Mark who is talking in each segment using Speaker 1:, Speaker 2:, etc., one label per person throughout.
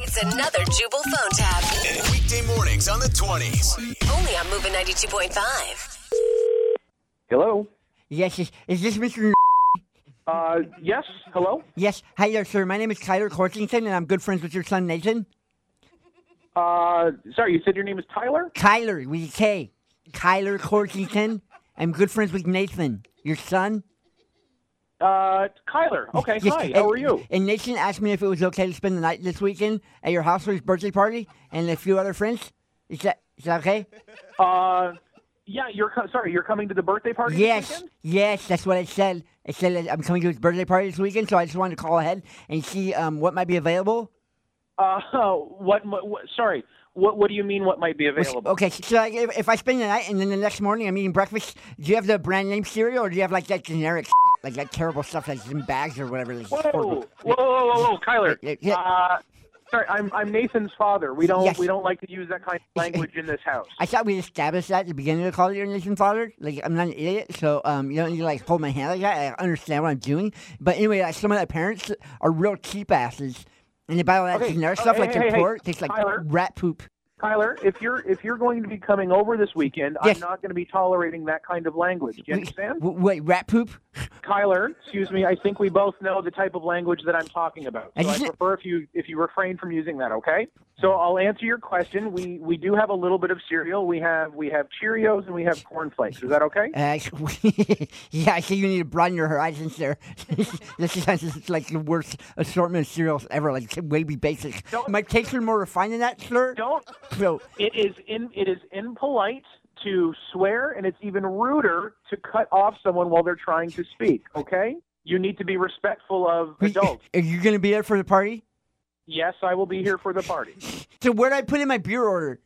Speaker 1: It's another Jubal phone tab.
Speaker 2: Weekday mornings on the 20s.
Speaker 1: Only on Moving 92.5.
Speaker 3: Hello.
Speaker 4: Yes, is, is this Mr.
Speaker 3: Uh, yes. Hello.
Speaker 4: Yes, hi there, sir. My name is Kyler Corkington, and I'm good friends with your son Nathan.
Speaker 3: Uh, sorry, you said your name is Tyler.
Speaker 4: Kyler with a K. Kyler Corkington. I'm good friends with Nathan, your son.
Speaker 3: Uh, Kyler. Okay.
Speaker 4: Yes, eh,
Speaker 3: Hi.
Speaker 4: and-
Speaker 3: How are you?
Speaker 4: And Nathan asked me if it was okay to spend the night this weekend at your house for his birthday party and a few other friends. Is that is that okay?
Speaker 3: Uh, yeah. You're co- sorry. You're coming to the birthday party. this
Speaker 4: Yes,
Speaker 3: weekend?
Speaker 4: yes, that's what I said. I said that I'm coming to his birthday party this weekend, so I just wanted to call ahead and see um, what might be available.
Speaker 3: Uh, what, what, what? Sorry. What? What do you mean? What might be
Speaker 4: Which-
Speaker 3: available?
Speaker 4: Okay, so like, if, if I spend the night and then the next morning I'm eating breakfast, do you have the brand name cereal or do you have like that generic, like that terrible stuff that's in bags or whatever? that's
Speaker 3: Whoa.
Speaker 4: horrible?
Speaker 3: Whoa! Whoa! Whoa! Whoa! Kyler.
Speaker 4: Yeah, yeah.
Speaker 3: Uh, sorry. I'm I'm Nathan's father. We don't
Speaker 4: Yes.
Speaker 3: we don't like to use that kind of language in this house.
Speaker 4: I thought we established that at the beginning of the call, your nation father. Like I'm not an idiot, so um, you don't need to like hold my hand like that. I understand what I'm doing, but anyway, like some of the parents are real cheap asses, and they buy all that
Speaker 3: Okay,
Speaker 4: generic
Speaker 3: oh,
Speaker 4: stuff
Speaker 3: hey,
Speaker 4: like
Speaker 3: hey,
Speaker 4: they're
Speaker 3: hey,
Speaker 4: poor. It tastes like
Speaker 3: Tyler.
Speaker 4: rat poop.
Speaker 3: Kyler, if you're if you're going to be coming over this weekend,
Speaker 4: Yes.
Speaker 3: I'm not going to be tolerating that kind of language. Do you
Speaker 4: Wait,
Speaker 3: understand?
Speaker 4: w- Wait, rat poop?
Speaker 3: Kyler, excuse me. I think we both know the type of language that I'm talking about.
Speaker 4: I
Speaker 3: So I
Speaker 4: just-
Speaker 3: prefer if you if you refrain from using that. Okay. So I'll answer your question. We we do have a little bit of cereal. We have we have Cheerios and we have Corn Flakes. Is that okay?
Speaker 4: Uh, yeah, I see you need to broaden your horizons there. this is this is like the worst assortment of cereals ever, like baby basics.
Speaker 3: Don't-
Speaker 4: My tastes are more refined than that, sir.
Speaker 3: Don't.
Speaker 4: So,
Speaker 3: It is in it is impolite to swear, and it's even ruder to cut off someone while they're trying to speak. Okay. You need to be respectful of adults.
Speaker 4: are you going to be there for the party?
Speaker 3: Yes, I will be here for the party.
Speaker 4: So where do I put in my beer order?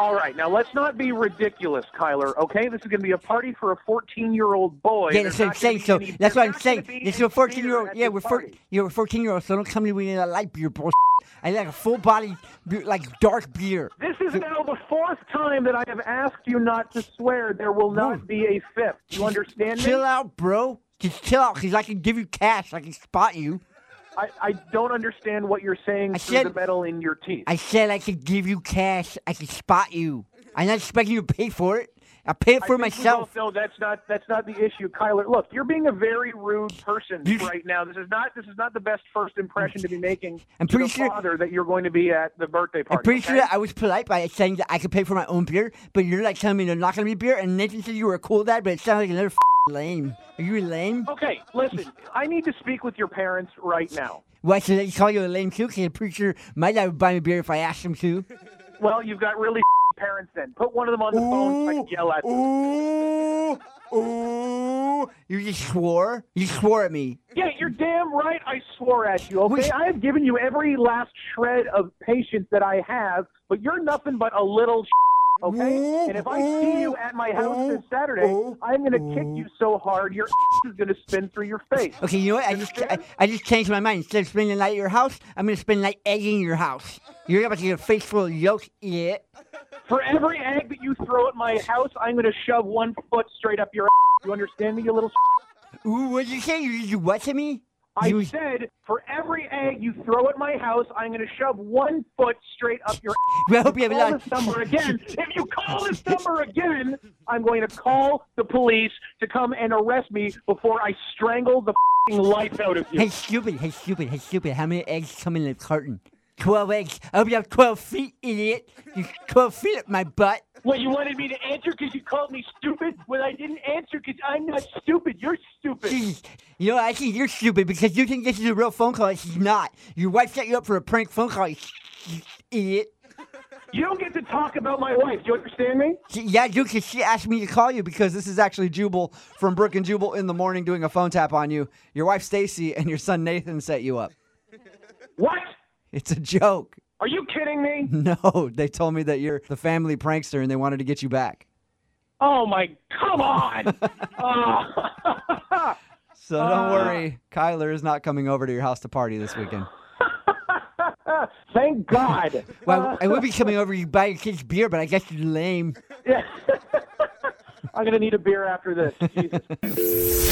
Speaker 3: All right, now let's not be ridiculous, Kyler. Okay, this is going to be a party for a 14-year-old boy.
Speaker 4: Yeah,
Speaker 3: There's
Speaker 4: that's what I'm
Speaker 3: not gonna be
Speaker 4: saying. So
Speaker 3: any-
Speaker 4: that's
Speaker 3: there's
Speaker 4: what I'm
Speaker 3: not gonna
Speaker 4: saying.
Speaker 3: be
Speaker 4: This is
Speaker 3: any
Speaker 4: a 14 year old.
Speaker 3: beer at
Speaker 4: Yeah,
Speaker 3: this
Speaker 4: we're 14.
Speaker 3: party.
Speaker 4: You're a 14 year old, so don't come to me with a light beer bullshit. I like a full body, beer, like dark beer.
Speaker 3: This is now the fourth time that I have asked you not to swear. There will not be a fifth. You understand me?
Speaker 4: Chill out, bro. Just chill out, cause I can give you cash. I can spot you.
Speaker 3: I, I don't understand what you're saying
Speaker 4: I
Speaker 3: through
Speaker 4: said-
Speaker 3: the metal in your teeth.
Speaker 4: I said I could give you cash. I could spot you. I'm not expecting you to pay for it. I'll pay it for myself.
Speaker 3: No, that's not that's not the issue, Kyler. Look, you're being a very rude person
Speaker 4: You-
Speaker 3: right now. This is not this is not the best first impression to be making
Speaker 4: I'm
Speaker 3: to
Speaker 4: pretty
Speaker 3: the
Speaker 4: sure-
Speaker 3: father that you're going to be at the birthday party.
Speaker 4: I'm pretty sure
Speaker 3: okay?
Speaker 4: that I was polite by saying that I could pay for my own beer, but you're like telling me there's not gonna be beer. And Nathan said you were a cool dad, but it sounded like another f- lame. Are you lame?
Speaker 3: Okay, listen. I need to speak with your parents right now.
Speaker 4: Why should they call you a lame too? 'Cause I'm pretty sure my dad would buy me beer if I asked him to.
Speaker 3: Well, you've got really parents then. Put one of them on the phone so I can yell at them.
Speaker 4: Ooh, ooh! You just swore. You swore at me.
Speaker 3: Yeah, you're damn right I swore at you, okay?
Speaker 4: Wait.
Speaker 3: I have given you every last shred of patience that I have, but you're nothing but a little okay? And if I see you at my house this Saturday, I'm going to kick you so hard your is going to spin through your face.
Speaker 4: Okay, you know what? I just I, I just changed my mind. Instead of spending the night at your house, I'm gonna spend the night egging your house. You're about to get a face full of yolks, idiot.
Speaker 3: For every egg that you throw at my house, I'm going to shove one foot straight up your You understand me, you little
Speaker 4: Ooh, what'd you say? You, you what to me?
Speaker 3: I
Speaker 4: You-
Speaker 3: said, for every egg you throw at my house, I'm going to shove one foot straight up your.
Speaker 4: Well, I hope you have a
Speaker 3: call
Speaker 4: lot-
Speaker 3: this number again. If you call this number again, I'm going to call the police to come and arrest me before I strangle the fing life out of
Speaker 4: Hey,
Speaker 3: you.
Speaker 4: stupid! Hey, stupid! Hey, stupid! How many eggs come in the carton? Twelve eggs. I hope you have twelve feet, idiot. You twelve feet up my butt.
Speaker 3: Well, you wanted me to answer because you called me stupid. Well, I didn't answer because I'm not stupid. You're stupid.
Speaker 4: Jesus. You know, I think you're stupid because you think this is a real phone call. This is not. Your wife set you up for a prank phone call, you idiot.
Speaker 3: You don't get to talk about my wife. Do you understand me?
Speaker 4: She, yeah, Duke, she asked me to call you because
Speaker 5: because this is actually Jubal from Brook and Jubal in the morning doing a phone tap on you. Your wife Stacy and your son Nathan set you up.
Speaker 3: What?
Speaker 5: It's a joke.
Speaker 3: Are you kidding me?
Speaker 5: No, they told me that you're the family prankster and they wanted to get you back.
Speaker 3: Oh my, come on. Ah.
Speaker 5: So don't worry, Kyler is not coming over to your house to party this weekend.
Speaker 3: Thank God.
Speaker 4: well, I would be coming over to buy your kids beer, but I guess you're lame.
Speaker 3: I'm going to need a beer after this.